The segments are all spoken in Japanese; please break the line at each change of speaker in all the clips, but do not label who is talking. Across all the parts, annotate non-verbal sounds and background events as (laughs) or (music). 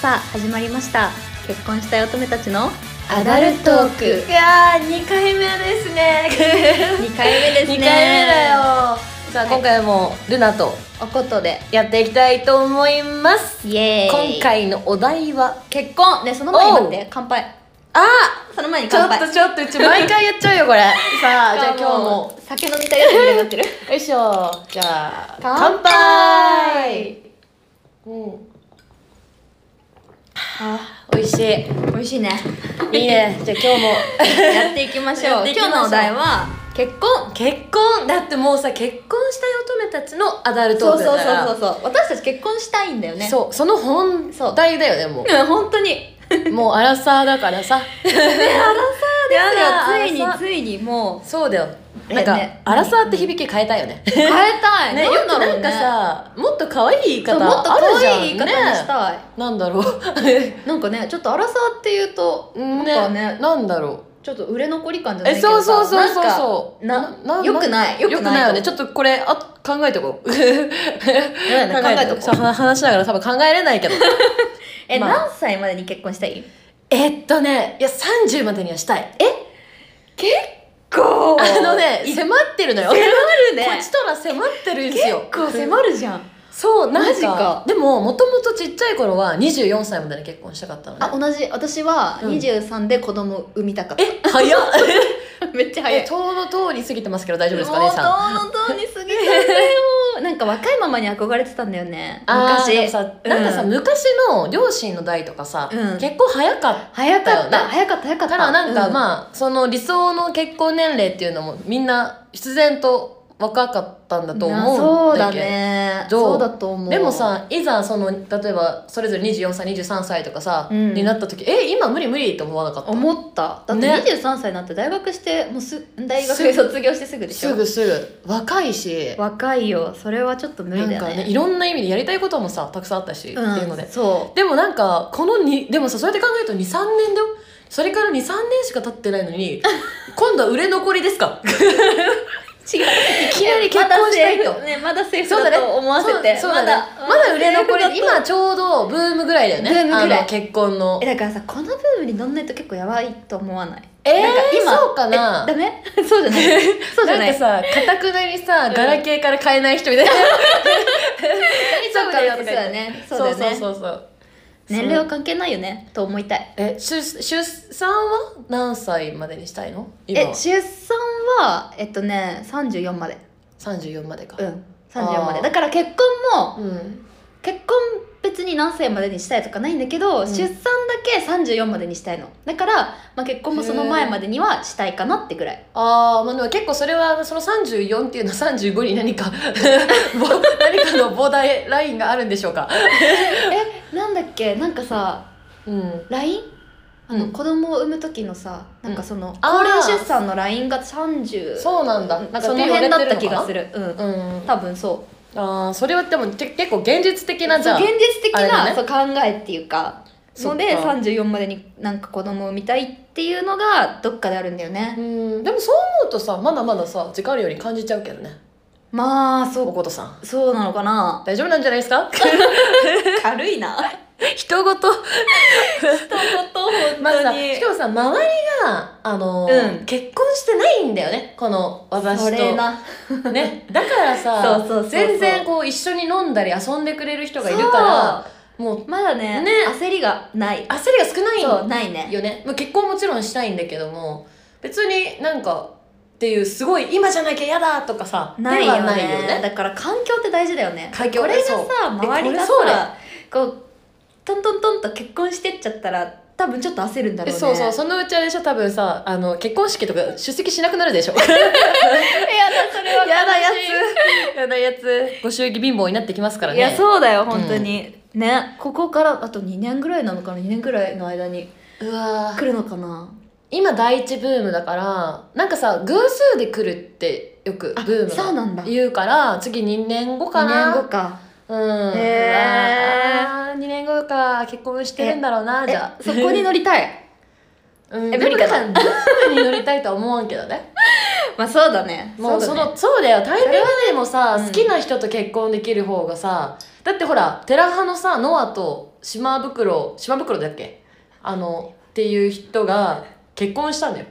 さあ始まりました結婚したい乙女たち (laughs) の
アダルトーク
2
いやー2回目です (laughs) ね
回目ですね
2回目だよ (laughs) さあ、
はい
今回もルナと
おことで
やっていきたいと思います
イエーイ
今回のお題は
結婚ねその前に
おう
待って乾杯
あ
その前に
ちょ
乾
っ
杯
とちょっとうち毎回やっちゃうよ (laughs) これさあじゃあ今日も
酒飲みたいやつみたいにな (laughs) ってる
よいしょじゃあ
乾杯
うんあ美味しい
美味しいね
いいねじゃあ今日も
(laughs) やっていきましょ
やっ
う
ていき
今
ま
日の
しょう
お題は結婚
(laughs) 結婚だってもうさ結婚したい乙女たちのアダルト
そ
ー
う
ク
そ
だ
うそうそ
から
うそう私たち結婚したいんだよね
そうその本題だよねも
うん本当に
うもうアラサーだからさ
やだ
やだ
ついに
アラサー
ついにも
そうだよなん
え
か、
ね
アラサーって響き変えたいよね
う変えたい、
ねよ
な
く
んだろ
な
うんね
かさもっと可愛い言い
そ
方
うもっと
ある
可
じゃん
愛い言い方にし
ね
たい、
なんだろう
(laughs) なんかねちょっとアラサーっていうとなんかね
なんだろう
ちょっと売れ残り感じゃない
え
けど
そうそうそう
なん
そう
か
そう
なよくないよ
よ
くない
くないよねちょっとこれあ考えとこ
(laughs)
う考
やだね考えとこ
そう話しながら多分考えれな
(laughs)
いけど
え、
まあ
何歳までに結婚したい
えっとねいや30までにはしたい
結構
あのね迫ってるのよ
迫る
こ
ね
っちとら迫ってるんです
結
よ
構迫るじゃん
そうなん
マジか
でももともとちっちゃい頃は24歳までに結婚したかったの
あ
ね
同じ私は
うん
23で子供産みたかった、
え (laughs) 早っ
めっちゃ
え
早い
糖の通り過ぎてますけど大丈夫ですか
も
姉
う
さん
どうのどうに過ぎたん
(laughs)
だよなんか若いママに憧れてたんだよね
あーでも
昔
さなんかさ、
うん
昔の両親の代とかさ、
うん
結婚早かっ
早かっ
だ
た
よね
早かった早か
た
った
からなんか、
う
まあその理想の結婚年齢っていうのもみんな必然と若かったんだと
な
思
そううん
だ
だ
けど
ね
どう
そうだと思う
でもさいざその例えばそれぞれ24歳23歳とかさ、
うん
になった時え今無理無理って思わなかった
思っただって
ね
23歳になって大学してもうす大
すぐ
学卒業してすぐでしょ
すぐすぐ若いし
若いよそれはちょっと無理だ
なん
よ
か
ね
ねいろんな意味でやりたいこともさたくさんあったし、
ん
っていうので
そ
でもなんかこのにでもさそうやって考えると23年だよそれから23年しか経ってない
(laughs)
のに今度は売れ残りですか
う違うい
きなり結婚したいと
ねまだセーフ
そうだね
だと思わせて
そうそうだね
まだ
まだ売れ残
セーフだと
り今ちょうどブームぐらいだよね
ブームぐらい
あの結婚の
えだからさこのブームに乗んないと結構やばいと思わない
えー
なんか今
そうかな
ダメ (laughs) そうじゃない
(laughs)
そうじゃ
な
なんい
かさかたくなにさ
うん
ガラケーから買えない人みたいな
そうかそう
とか言って
だね (laughs) そう
そう
だ
そう
ね
そうそう
年齢は関係ないよねと思いたい
え出出産は何歳までにしたいの今
え
は
出産はえっとね34まで
34までか
うん34ま
あ
で
ー
だから結婚も
うん
結婚別に何歳までにしたいとかないんだけど、
ん
出産だけ34までにしたいのだから、まあ、結婚もその前までにはしたいかなってぐらい
ああまあでも結構それはその34っていうのは35に何か (laughs) ぼ何かのボーダーラインがあるんでしょうか
えなんだっけなんかさ
うん、
LINE あの、
うん
子供を産む時のさなんかその、
あー
高齢出産の LINE が30
そうなんだなんか
その辺だった気がす
る
るうん
うん
多分そう
ああそれはでもけ結構現実的なじ
そう
ゃあ
現実的
あれ
な、
だね
そう考えっていうか
そっ
の
か
で34までになんか子供を産みたいっていうのがどっかであるんだよね、
うんでもそう思うとさまだまださ時間あるように感じちゃうけどね
まあ
お
そ
ことさん
うそうなのか
(laughs)
な
大丈夫なんじゃないです
(laughs)
か
軽いな
人ごと
こと本
まあさしかもさ周りがあのー
うん
結婚してないんだよねこの私と
それな
ね、だからさ
そうそうそうそう
全然こう一緒に飲んだり遊んでくれる人がいるからもう
まだね
ね
焦りがない
焦りが少ない
そうんないね
よね、まあ、結婚もちろんしたいんだけども別になんかっていうすごい今じゃなきゃ嫌だとかさ
ない
では
よ
ない
ね
よね
だから環境って大事だよね
環境
これが
そう
さ
え
周りが
これそう
さ
だ
こうトントントンと結婚してっちゃったら多分ちょっと焦るんだろうね
そうそうそのうちあれでしょ多分さあの結婚式とか出席しなくなるでしょ (laughs)
やだそれは悲しい
やだや
(laughs)
つやだやつご祝儀貧乏になってきますからね
いやそうだよ本当に、ねここからあと2年ぐらいなのかな2年ぐらいの間に
うわー
来るのかな
今第一ブームだからなんかさ偶数で来るってよくブ
あ
ームが
そうなんだ2
言うから次2年後かな
年後か
うん
へー
2年後か結婚してるんだろうなじ
え
ゃあ
そこに乗りたい
(laughs) うん
え
でも
無理かな (laughs)
なんかブームに乗りたいとは思わんけどね
(laughs) まあそうだね
もう
そ
そう
だね
のそうだよタイミングでもさ、
うん
好きな人と結婚できる方がさだってほら寺派のさノアと島袋島袋だっけあのっていう人が結婚したんだよ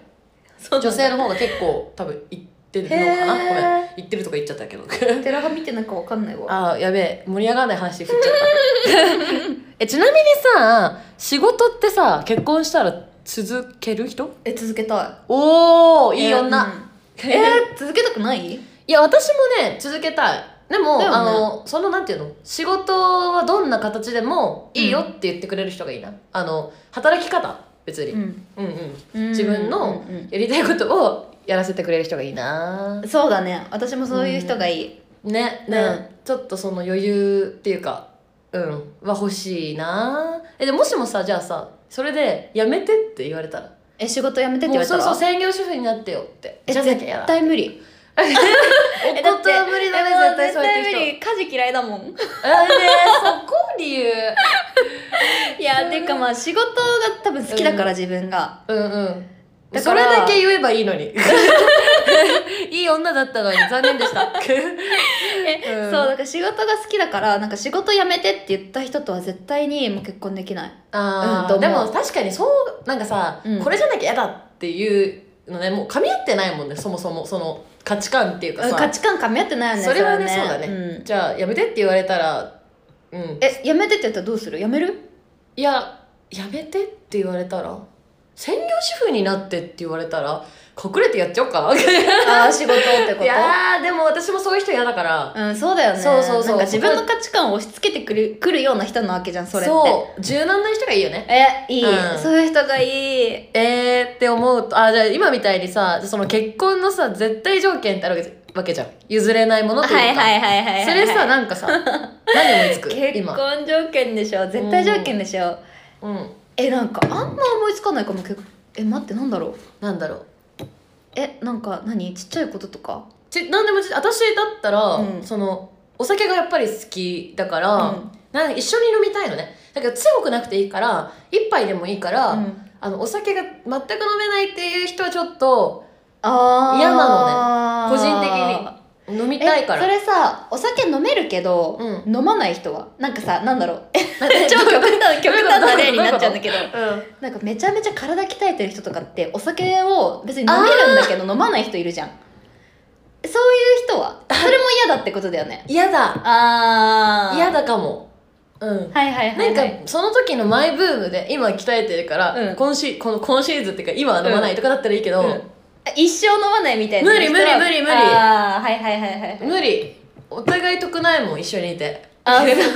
そうだ
女
ね
性の方が結構多分行ってるのかな
へー
ごめん行ってるとか言っちゃったけど (laughs)
(laughs) テラハ見てなんかわかんないわ
あーやべえ盛り上がらない話振っちゃった (laughs) えちなみにさ仕事ってさ結婚したら続ける人
え続けた
おお
い
いい女、
えーうんえー続けたくない
いや私もね続けたいでも、
だよね
あのそのなんていうの仕事はどんな形でもいいよって言ってくれる人がいいな、あの働き方別に、
ん
うん、うん自分の
うんうん
やりたいことをやらせてくれる人がいいな
うんそうだね私もそういう人がいい
ね
ね
ねちょっとその余裕っていうかうんは欲しいなえでもしもさじゃあさそれでやめてって言われたら
え仕事辞めてって言わ
もう
れた
そうそう
ら
専業主婦になってよって
え
じゃなきゃや
絶
だ
対無理
お
え
ことは無理だね絶対そうやってる人
絶対無理家事嫌いだもん
あねそこ理由
いやていうかまあ仕事が多分好きだから自分が
うんうん
だ
そ
か
れ
ら
だけ言えばいいの
(laughs)
にいい女だったのに残念で
(laughs)
した
え
うん
そうだから仕事が好きだからなんか仕事辞めてって言った人とは絶対にもう結婚できない
あ
うんと思う
ーでも確かにそうなんかさ、
うん
これじゃなきゃ嫌だっていうのねもう噛み合ってないもんねそもそもその価値観っていうか
うん
さ
価値観噛み合ってないよね
それはねそうだね
ん
じゃあやめてって言われたらうん
え辞めてって言ったらどうする辞め
(laughs)
る
いややめてって言われたら専業主婦になってって言われたら隠れてやっちゃおうかな (laughs) い
ああ仕事ってこ
やー (laughs) でも私もそういう人嫌だから
とうんそうだよね
そうそうそ
な
う
んか自分の価値観を押し付けてくるくるような人なわけじゃんそれって
そう柔軟な人がいいよね
えいい、
うん
そういう人がいい
えー、って思うとあじゃあ今みたいにさその結婚のさ絶対条件ってあるわけじゃわけじゃん譲れないものというか、
はいはいはいはいはい、
それさなんか (laughs) さ何思いつく
結
今、
婚条件でしょ絶対条件でしょ、
うん、
えなんかあんま思いつかないかも結構え待ってなんだろう
なんだろう
えなんか何ちっちゃいこととか
ち何でもち私だったら、
うん
そのお酒がやっぱり好きだから、
うん
なん一緒に飲みたいのねだけど強くなくていいから一杯でもいいから、
うん
あのお酒が全く飲めないっていう人はちょっと
あー
嫌なのね個人的に飲みたいから
えそれさお酒飲めるけど、
う
飲まない人はなんかさなんだろう
なん
超極端極端な例になっちゃうんだけど
うん
なんかめちゃめちゃ体鍛えてる人とかってお酒を別に飲めるんだけど飲まない人いるじゃんそういう人はそれも嫌だってことだよね
嫌だ
(laughs) あ
嫌だかもうん
はいはいはい、は、
ないんかその時のマイブームで今鍛えてるから、
うん
今シこの今シーズンっていうか今は飲まないとかだったらいいけど、
うん一生飲まないみたいな
無理無理無理無理
あーはいはいはいはい
無理お互い得ないもん一緒にいて
あ
楽しみ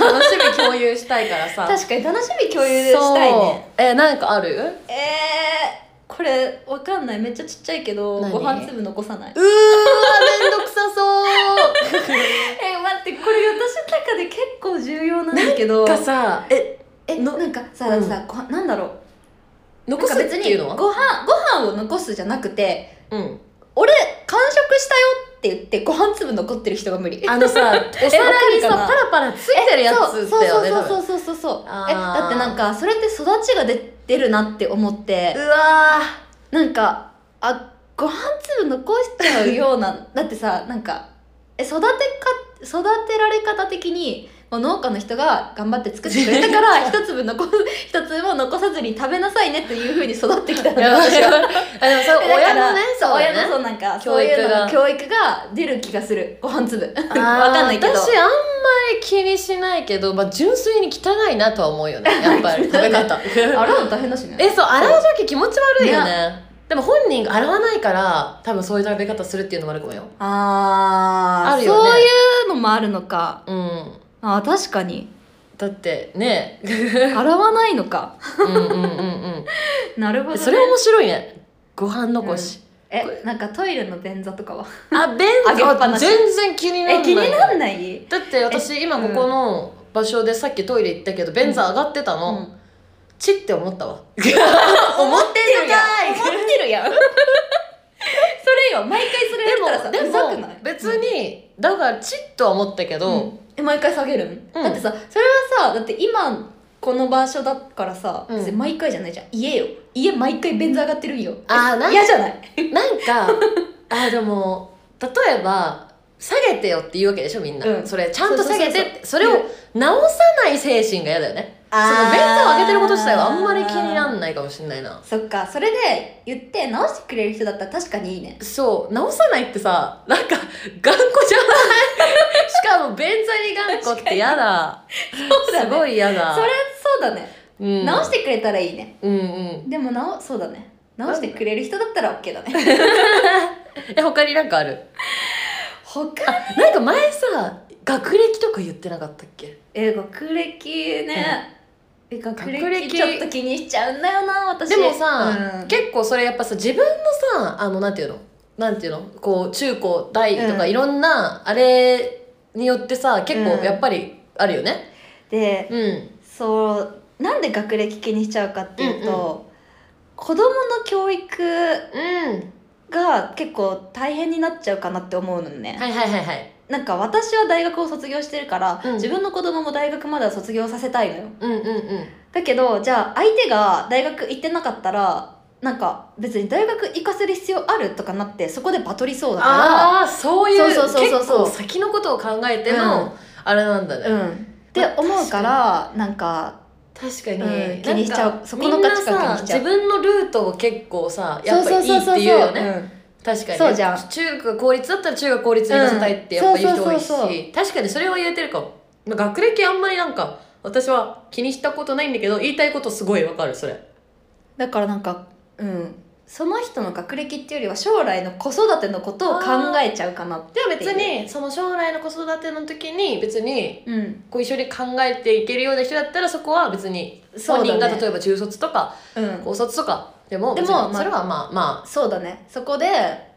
共有したいからさ
確かに楽しみ共有したいね
そうえなんかあるう
えー、これわかんないめっちゃちっちゃいけど
何
ご飯粒残さない
ーわめんどくさそう
え待ってこれ私の中で結構重要なんだけど
なんかさえ
え
の
なんかさ、
うん
さこなんだろう
残す
なん
っ
か別
てい
に
うの
ご
は
飯ご飯を残すじゃなくて
うん
俺完食したよって言ってご飯粒残ってる人が無理
あのさお皿にさ
わかるかな
パラパラついてるやつだよね
そう
多
そ
分
うそうそうそうそう
あー
えだってなんかそれって育ちが出てるなって思って
うわ
なんかあご飯粒残しちゃうよう
(laughs)
なだってさなんかえ育てか育てられ方的にもう農家の人が頑張って作ってくれたから
(laughs)
一粒残す一粒も残さずに食べなさいねっていうふうに育ってきたの
やばい
私
や
は
ばいあでもそ
だ
れ
から
(laughs) 親のね
そう
だよね
親のそうなんかそ
教育が
ういうのの教育が出る気がするご飯粒わ
(laughs) あー
かんないけど
私あんまり気にしないけど、まあ、純粋に汚いなとは思うよねやっ
(laughs)
ぱり食べ方
洗うの大変だしね
(laughs) えそう洗う時気持ち悪いよねでも本人が洗わないから多分そういう食べ方するっていうのもあるかもよ
あー
あるよね
そういうのもあるのか
うん
あー確かに
だってね
(laughs) 洗わないの
(laughs)
か
うんうんうん
なるほ
う
ど、
ん
ね、
それ面白いねご飯残し、
えなんかトイレの便座とかは
あ便
あげっぱなし
全然気になら
え
ない
気になんない
だって私今ここの場所でさっきトイレ行ったけど便座上がってたの、
うん
チッって思ったわ
思ってるやん
思
思ってるやんそれよ毎回 (laughs) それやったらさ
で
うざく
も
ない
別にだからチッとは思ったけ
う
ど、
ん、え毎回下げるん、
うん
だってさそれはさだって今この場所だからさ、
うん
別に毎回じゃないじゃん家よ家毎回便座上がってるんよ
あーなんか
(laughs) 嫌じゃない
なんかあでも例えば下げてよって言うわけでしょみんな、
うん
それちゃんと下げてってそ
そうそうそうそう
れを直さない精神が嫌だよねそ
あー
のベッドを上げてること自体はあんまり気になんないかもしれないな
そっかそれで言って直してくれる人だったら確かにいいね
そう直さないってさなんか頑固じゃない (laughs) しかも便座に頑固って嫌だ
そうだね
すごい嫌だ
それそうだね、
うん、
直してくれたらいいね
うんうん
でも直そうだね直してくれる人だったら OK だね
え他になんかある
他
なんか前さ学歴とか言ってなかったっけ
え学歴ね、え学歴
学歴
ちょっと気にしちゃうんだよな私
でもさ、
うん
結構それやっぱさ自分のさあのなんていうのなんていうのこう中高大とか
うん
いろんなあれによってさ結
う
構
ん
やっぱりあるよね
で
うん、
そうなんで学歴気にしちゃうかっていうと、子供の教育
うん、
が結構大変になっちゃうかなって思うのね、
はいはいはいはい
なんか私は大学を卒業してるから、
うん
自分の子供も大学までは卒業させたいのよ
うんうんうん
だけどじゃあ相手が大学行ってなかったらなんか別に大学行かせる必要あるとかなってそこでバトりそうだか
ああーそういう
そうそうそうそうそう
結構先のことを考えて
う
のあれなんだ
ら
ね、
うんって思うからなんか
確かに、
うん
なんか
気にしちゃうそこの価値観
みんなさ
気にしちゃう
自分のルートを結構さやっぱ
そう
いい
そう
って
そうそう
言うよね
うん
確かに
そうじゃん
中学公立だったら中学公立に行かせたいってやっぱ言う人多
う
いし、
んそうそうそうそ
確かにそれは言えてるかもまあ学歴あんまりなんか私は気にしたことないんだけど言いたいことすごいわかるそれ
だからなんかうんその人の学歴っていうよりは将来の子育てのことを考えちゃうかなって
では別にその将来の子育ての時に別に
うん
こう一緒に考えていけるような人だったらそこは別に
そ
本
うだ
人が
ね
例えば中卒とか
うん
高卒とかでも
でも
別に
まあ
それはまあま
そうだねそこで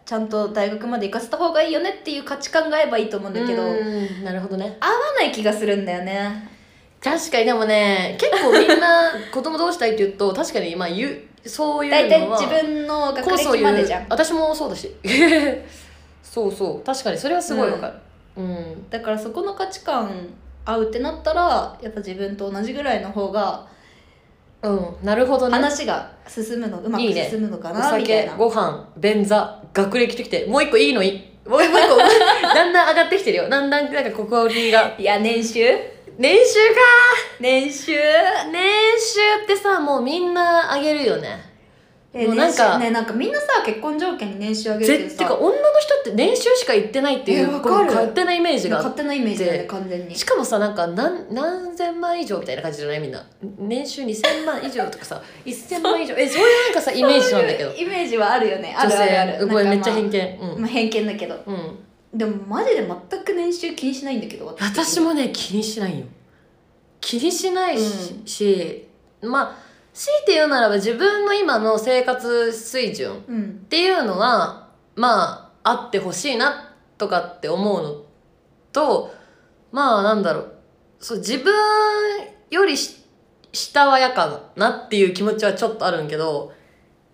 ちゃんと大学まで行かせた方がいいよねっていう価値観が合えばいいと思うん
あ
だけど合わ
うんなるほどね
ない気がするんだよね
確かにでもね結構みんな子供どうしたいって言
(laughs)
うと確かに今言うそういう
大
の
体
は
自分の学
こうそう
歴
い
までじゃ
うん私もそうだし (laughs) そうそう確かにそれはすごいわかるうん、
だからそこの価値観合うってなったらやっぱ自分と同じぐらいの方が
うんなるほどね
話が進むのうま
い
く
いね
進むのか
お
なみたい
酒
な
ご飯便座学歴ときてもう一個いいのいいもうもう一個 (laughs) だんだん上がってきてるよだんだんなんかここにが
いや年収
年収
年収
か年収ってさもうみんな上げるよね
え
もう
な
なんん
か
か
ねなんかみんなさ結婚条件に年収上げるけど
ぜ
さ
てか女の人って年収しか言ってないってい
え
う
わかる
勝手なイメージがあって
勝手なイメージだよね完全に
しかもさなんか何何千万以上みたいな感じじゃないみんな年収2000万以上と
(laughs)
かさ1000万以上えそういうなんかさイメージなんだけど
そういうイメージはあるよねあ
女
るあるあ
性
る
うごめんめっちゃ
なん
偏
か
見う
まあ
ん、
まあ偏見だけど
うん、
でもマジで全く年収気にしないんだけど
私もね気にしないよ気にしないし,、
う
しまあ強いて言うならば自分の今の生活水準っ
うん
ていうのはまああってほしいなとかって思うのとまあなんだろうそう自分よりし下はやかなっていう気持ちはちょっとあるんけど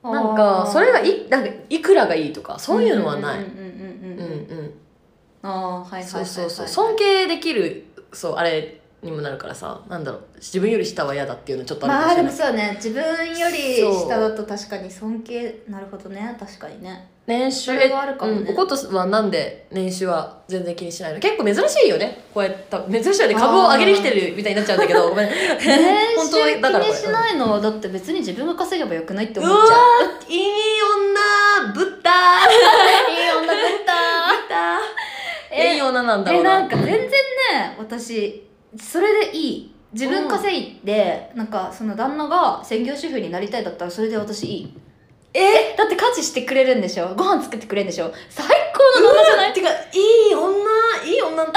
なんかそれがいなんかいくらがいいとかそういうのはない。
うんうんうん
うん
うん
う
うんうん
ん
ああーはいはいはいはい
そうそうそう尊敬できるそうあれにもなるからさなんだろう自分より下は嫌だっていうのちょっとあるか
ま
も
あ
し
で
れ
も
ない、
そうね自分より下だと確かに尊敬なるほどね確かに (laughs) ね
年
そ
収
れはあるかもね
うん、おことはなんで年収は全然気にしないの結構珍しいよねこうやって珍しいよね株を上げに来てるみたいになっちゃうんだけ
(laughs)
どごめん
年
本
収
当
気
だからこれ
にしないのはだって別に自分が稼げばよくないって
う
思
わ
っちゃう
ーいい女ぶったー
(laughs) いい女だった
だ
え
いい女なんだろ
え
うな
なんか全然ね私それでいい自分稼いで、なんかその旦那が専業主婦になりたいだったらそれで私いいえだって家事してくれるんでしょご飯作ってくれるんでしょ最高の旦那じゃない
てかいい女いい女って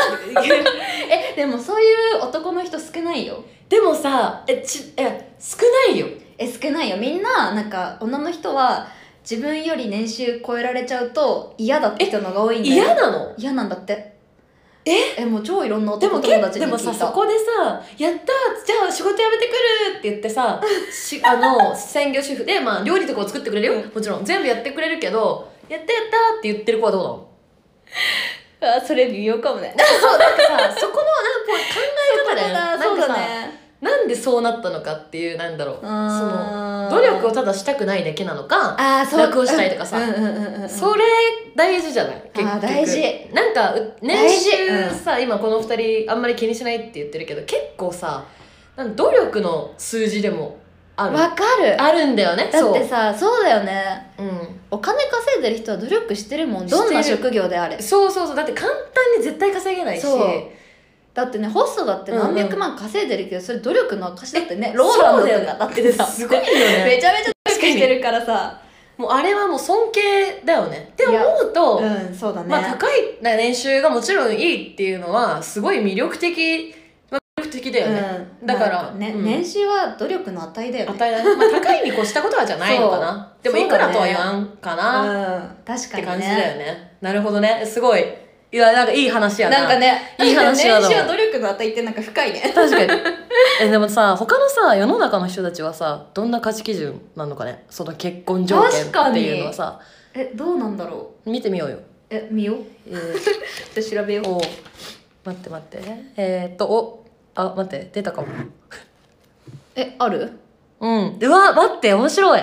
えでもそういう男の人少ないよ
(laughs) でもさえちえ少ないよ
え少ないよみんななんか女の人は自分より年収超えられちゃうと嫌だって人のが多いんだよ
嫌なの
嫌なんだって
え
えもう超いろんな
でも
男友達
結構
に
で
聞い
も
た
さそこでさ「やったーじゃあ仕事辞めてくる!」って言ってさし (laughs) あの専業主婦で、まあ、料理とかを作ってくれるよ、もちろん全部やってくれるけど「やったやった!」って言ってる子はどうなの
あそれ微妙かもね
(laughs) そうなんかさそこのなんかこう考え方だよ
(laughs)
ね
そう
なん
だ
かさ
ね
なんでそうなったのかっていうなんだろうその
あー
努力をただしたくないだけなのか
あーそう
楽をしたいとかさ
うんうんうんうんうん
それ大事じゃない結
あー
局
大事
なんかう
大
年
事
収さ、今この2人あんまり気にしないって言ってるけど結構さなんか努力の数字でもある
わかる
あるんだよね
だってさそうだよね
そう,、うん、
お金稼いでる人は努力してるもん
してる
どんな職業であれ
そうそうそうだって簡単に絶対稼げないし
そうだってねホストだって何
うんう
百
ん
万稼いでるけどそれ努力の証だってね
え
ローランド
そうだよ
と
ね
かだってさ
すごいよ
(laughs) め
(laughs) ね
ちゃめちゃ努力してるからさ
もうあれはもう尊敬だよねって思うと、
うんそうだね、
まあ、高い年収がもちろんいいっていうのはすごい魅力的、まあ魅力的だよね、
うん、
だから
なんね、
うん
年収は努力の値だよね
与えられまあ、高いに越したことはじゃないのかなでもいくらとは言わんかな、
うん確
っ
か
て
に
感じだ
ね
よねなるほどねすごいいやなんかいい話やな
なんかね
いい話だな
年収は努力の値ってなんか深い
(laughs)
ね
確かにえでもさ他のさ世の中の人たちはさどんな価値基準なのかねその結婚条件
確か
って
に
いうのはさ
えどうなんだろ
見てみようよ、
うえ見よう
えー
ちょっと調べよう
お待って待ってえー、っとおあ待って出たかも
えある
うんうわ待って面白い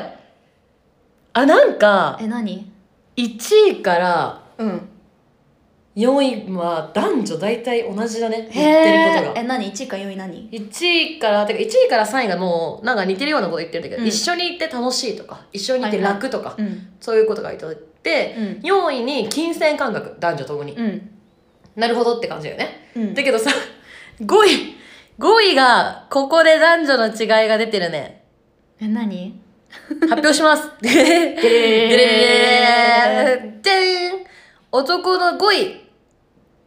あなんか
え何
1位から
うん
4位は男女大体同じだね
へ
言ってることが
ええ何1位か4位何
1位からてか1位から3位がもうなんか似てるようなこと言ってるんだけど、
うん
一緒に行って楽しいとか一緒に行って楽とか、
うん
そういうことが言ってて、
うん
4位に金銭感覚男女ともに、
うん
なるほどって感じだよね、
うん
だけどさ5位5位がここで男女の違いが出てるね
え何
発表します (laughs) でれれれれれでん男の5位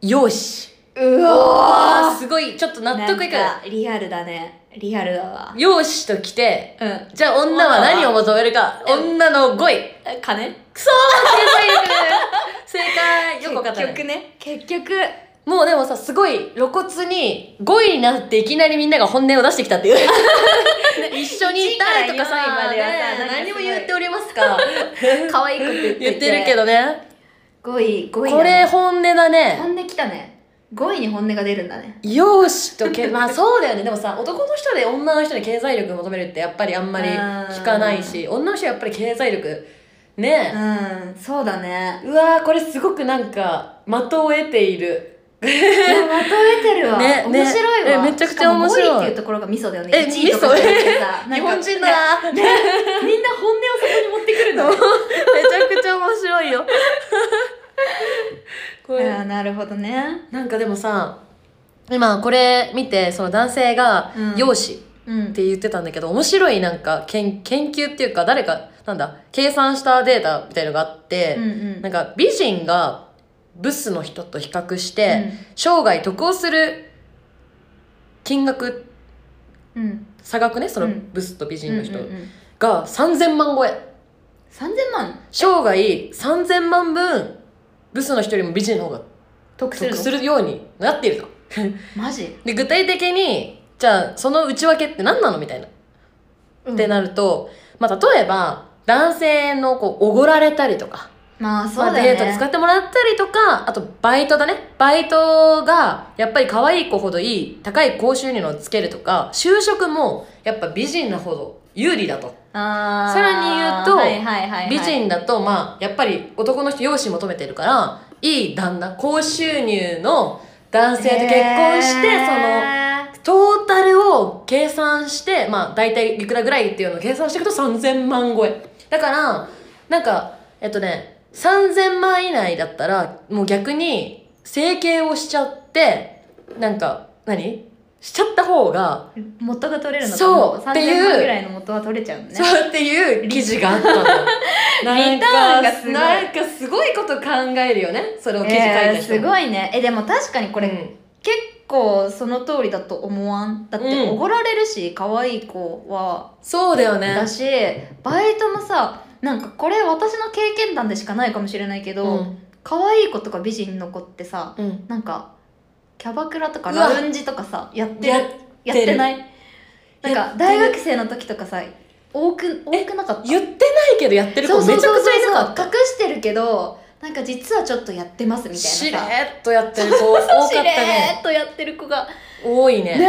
よし
う
あー
わ
すごいちょっと納得いか
いリアルだねリアルだわ
ないよしと来て
うん
じゃあ女は何を求めるか
うん
女の5位
金
クソー正解正解よくわかった、
結
ね、
局ね結局
もうでもさすごい露骨に5位になっていきなりみんなが本音を出してきた (laughs) っていう一緒にいたいとかさ
一位から四位まではさな
今
んかすごい
何も言っておりますか
可愛くって
(laughs) 言ってるけ
ど
どね
5位5位
これ本音だね
本音きたね5位に本音が出るんだね
容姿とけまあそうだよねでもさ男の人で女の人に経済力求めるってやっぱりあんまり聞かないし女の人はやっぱり経済力ね
う
え、
んそうだね
うわーこれすごくなんか的を得ている
いやまとめてるわ、
ねね
面白いわ
えめちゃくちゃ面白い
しかも5位っていうところがミソだよね
え
1位とかじゃなくてさ
(laughs) 日本人
なんか
だな、
ねみんな本音をそこに持ってくるんだね
(laughs) めちゃくちゃ面白いよ (laughs) こ
あ
れ
ーなるほどね
なんかでもさ今これ見てその男性が
うん
「容姿」
うん
って言ってたんだけど、面白いなんか研研究っていうか誰かなんだ計算したデータみたいのがあって、
うんうん
なんか美人がブスの人と比較して、生涯得をする金額
うんうん
差額ねその
うん
ブスと美人の人
うんうんうん
が3000万超え
3000万
生涯3000万分ブスの人よりも美人の方が
得する
得
の
するようになっていると
マジ、
で具体的にじゃあその内訳って何なのみたいな、ってなると、まあ、例えば男性のこうおごられたりとか、
まあそう
まあ、
だ
デ
よ
ート
ね、
使ってもらったりとかあとバイトだねバイトがやっぱり可愛い子ほどいい高い高収入のをつけるとか就職もやっぱ美人なほど有利だと
あー
さらに言うと
はいはいはいはい
美人だとまあやっぱり男の人容姿求めてるからいい旦那高収入の男性と結婚して、そのトータルを計算してまあ大体いくらぐらいっていうのを計算していくと3000万超えだからなんかえっとね3000万以内だったらもう逆に整形をしちゃってなんか何しちゃった方が、
その元が取れるのか
そう
も
っていう
3000万ぐらいの元は取れちゃうのね
そうっていう記事があったのな
リ
ん
ターンが
か
すごい
なんかすごいこと考えるよねそれを記事書い
え
た
ー
人
す
も
ごいねえでも確かにこれ、
うん
結構その通りだと思わんだって
うん
おごられるし可愛い子は
そうだよね
だしバイトもさなんかこれ私の経験談でしかないかもしれないけど、
うん
可愛い子とか美人の子ってさ
うん
なんかキャバクラとか
うわ
ラウンジとかさやってる
や
や
てる
ってないなん
やって
か
る
大学生の時とかさ多く多くなかった
言ってないけどやってる子
そう
めち
そ
ゃ
う
くち
そう
ゃいるか
そう
ら
隠してるけどなんか実はちょっとやってますみたいな
しれ
さ
ーっ (laughs) とやってる子多かった
しれ
ね
ーっとやってる子が
多いね
ね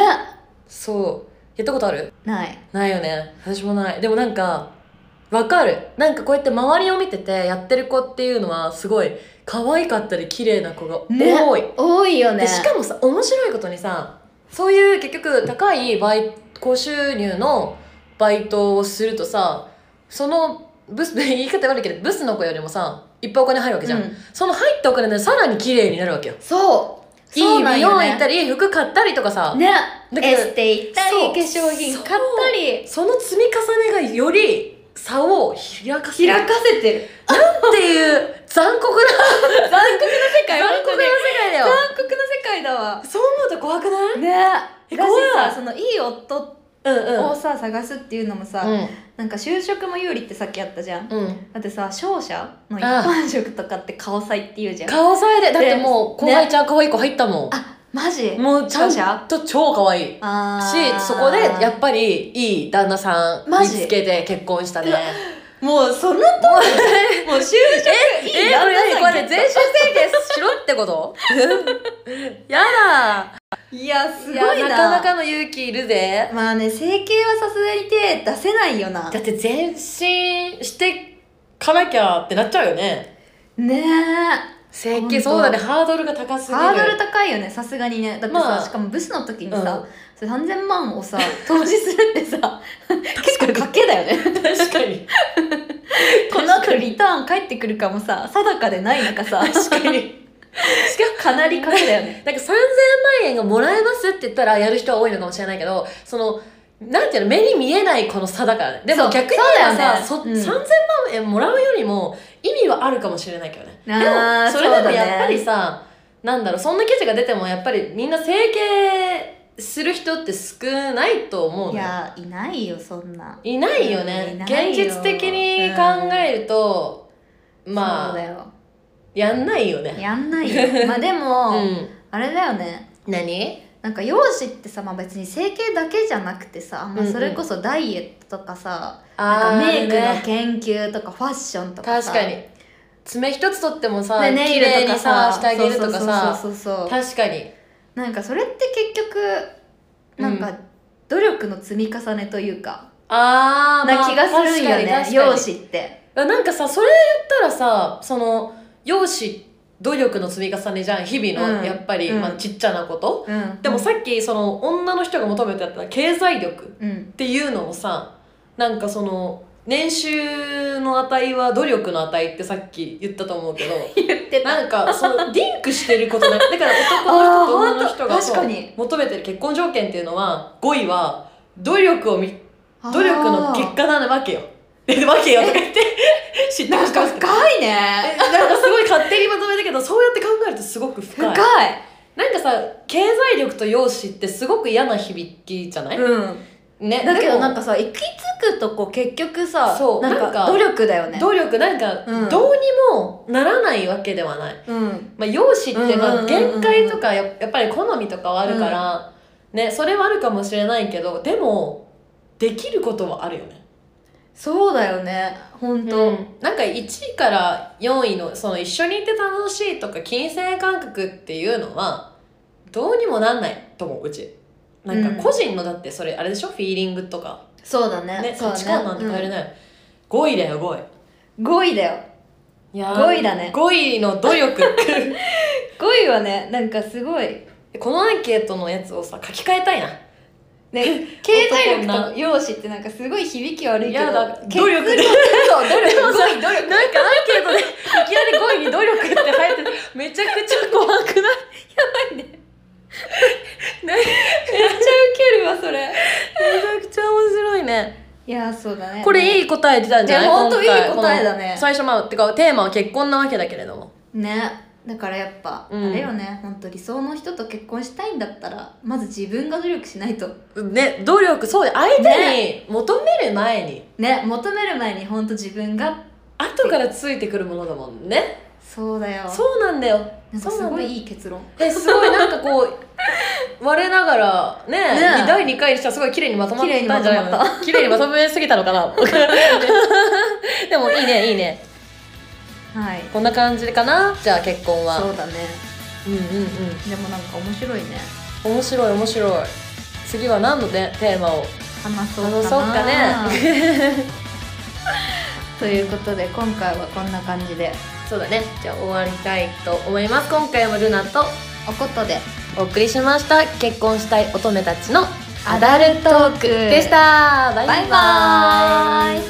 そうやったことある
ない
ないよね私もないでもなんかわかるなんかこうやって周りを見ててやってる子っていうのはすごい可愛かったり綺麗な子が多い、
多いよね
でしかもさ面白いことにさそういう結局高いバイ高収入のバイトをするとさそのブス (laughs) 言い方悪いけどブスの子よりもさいっぱいお金入るわけじゃ
う
ん、
ん
その入ったお金でさらに綺麗になるわけよ
そう
いい美容院行っ
ね
たり、いい服買ったりとかさ、
ね
だけ
エ
ど
ステ行ったり
そう
化粧品買ったり
その積み重ねがより差を開かせる
開かせてる
っていう残
残
酷な
酷な世界
残酷な世界だ
(laughs)
よ
残酷な世界だわ
そう思うと怖くない
ね
え
だし
怖い
さそのいい夫
うん
をさ探すっていうのもさ、なんか就職も有利ってさっきやったじゃん、
うんうん
だってさ商社の一般職とかって顔さいって言うじゃん
顔さえでだってもう後
ね
輩ちゃん可愛い子入ったもん、
あマジ
もうち
そうじゃ
ゃんと超可愛いし
あー
そこでやっぱりいい旦那さん
マ
見
ジ
つけて結婚したね
もうその通
(laughs)
りもう就職いい
えこ
旦
れ
那
こ
さん
れ
ゲ
全
ッ
身整形しろってこと (laughs) やだ
トいやすご
い
いな
やなかなかの勇気いるぜ
まあね整形はさすがに手出せないよな
だって前進してかなきゃってなっちゃうよね
ねえ
整
ほん
形
と
そうだねハードルが高すぎる
ハードル高いよねさすがにねだってさ、
まあ
しかもブスの時に
う
さ、それ3000万を (laughs) さ投資するってさ結構賭けだよね
確かに
この後リターン返ってくるかもさ定かでない中さ
確かに
しかもかなり賭けだよね
なんか3000万円がもらえますって言ったらやる人は多いのかもしれないけどそのなんていうの目に見えないこの差だからねで
そ
も
う
逆に言えばさそ、
そうだよねう
3000
ん
万円もらうよりも意味はあるかもしれないけどねで
(laughs)
も
あー
それで
そうだ
も
ね
やっぱりさ、なんだろうそんな記事が出てもやっぱりみんな整形する人って少ないと思うの
い
よ
やいないよそんない
ないよね
いないよ
現実的に考えると、
そう
ま
だ
あ
よ
やんないよね
やんない (laughs) よまあでも、
うん
あれだよね
何
なんか容姿ってさ、まあ、別に整形だけじゃなくてさ、まあ、それこそダイエットとかさ、なんかメイクの研究とかファッションとか
確
さ
かに爪一つ取ってもさ、
ねネ
綺
イルとか
麗にさしてあげるとかさ
そうそうそうそうそう
確かに
なんかそれって結局なん
う
か努力の積み重ねというか、
あー、ま
な
あ、
気がするんよ
確かに
ね
確かに
容姿って
なんかさそれ言ったらさその容姿努力の積み重ねじゃん日々の、
うん
やっぱり、
うん
まあ、ちっちゃなこと
うん
でもさっきその女の人が求めてた経済力
うん
っていうのをさなんかその年収の値は努力の値ってさっき言ったと思うけど
言ってた
なんかそのリンクしてることだだから
あー
男の人と
ほ
女の人
ん
が
と
そう
確かに
求めてる結婚条件っていうのは5位は努力をみ努力の結果なわけよ。でわけよとか言って知って
な
ま
ん
した
か
なんか
深いね
すごい勝手にまとめたけどそうやって考えるとすごく深い。
深
なん
い
かさ経済力と容姿ってすごく嫌な響きじゃない、
うん
ね
だけ
で
ど
も
なんかさ行き着くとこ結局さ
そう
なん
なん
か
か
努力だよね
努力なんか
うん
どうにもならないわけではない、
うん
まあ、容姿ってま
う
あ
んうんうんうん
限界とかややっぱり好みとかはあるから、ねそれはあるかもしれないけどでもできることはあるよね
そうだよね本当、
なんか1位から4位のその一緒にいて楽しいとか金銭感覚っていうのはどうにもなんないと思ううちなんか個人のだってそれあれでしょフィーリングとか
そうだね
ね
そう
価値観なんて変えれない、5位だよ5
5
位
位だよ
いや
5位だね
5位の努力
5位はねなんかすごい
(laughs) このアンケートのやつをさ書き換えたいな
(laughs) ね経済
男
力と容姿ってなんかすごい響き悪いけ
や
ど
だ
結
努力で
そう努力
もさ
5位努力
なんかアンケートでいきなり5位に努力って入っててめちゃくちゃ怖くない
めっちゃウケるわそれ
めちゃくちゃ面白いね
いやそうだね
(laughs) これいい答え出たんじゃない
いやほんと
今回
いい答えだね
この最初まあてかテーマは結婚なわけだけれども
ねだからやっぱ、
うん
あれよね本当理想の人と結婚したいんだったらまず自分が努力しないと
ね努力そうで相手に求める前に、
ね求める前に本当自分が
後からついてくるものだもんね
そうだよ
そうなんだよ
なんかすごいいい結論
えすごいなんかこう我ながらね
ね
第2回にしたらすごい綺麗にまとまったんじゃな
綺麗に
い
まとま
の (laughs) 綺麗にまとめすぎたのか (laughs) なでもいいねいいね
はい
こんな感じかなじゃあ結婚は
そうだね
うんうんうん
でもなんか面白いね
面白い面白い次は何のテテーマを
話そうかな
話そうかね
(laughs) ということで今回はこんな感じで
そうだねじゃあ終わりたいと思います今回もルナと
おことで
お送りしました結婚したい乙女たちのアダルトークでしたバイバ
バイバーイ
イ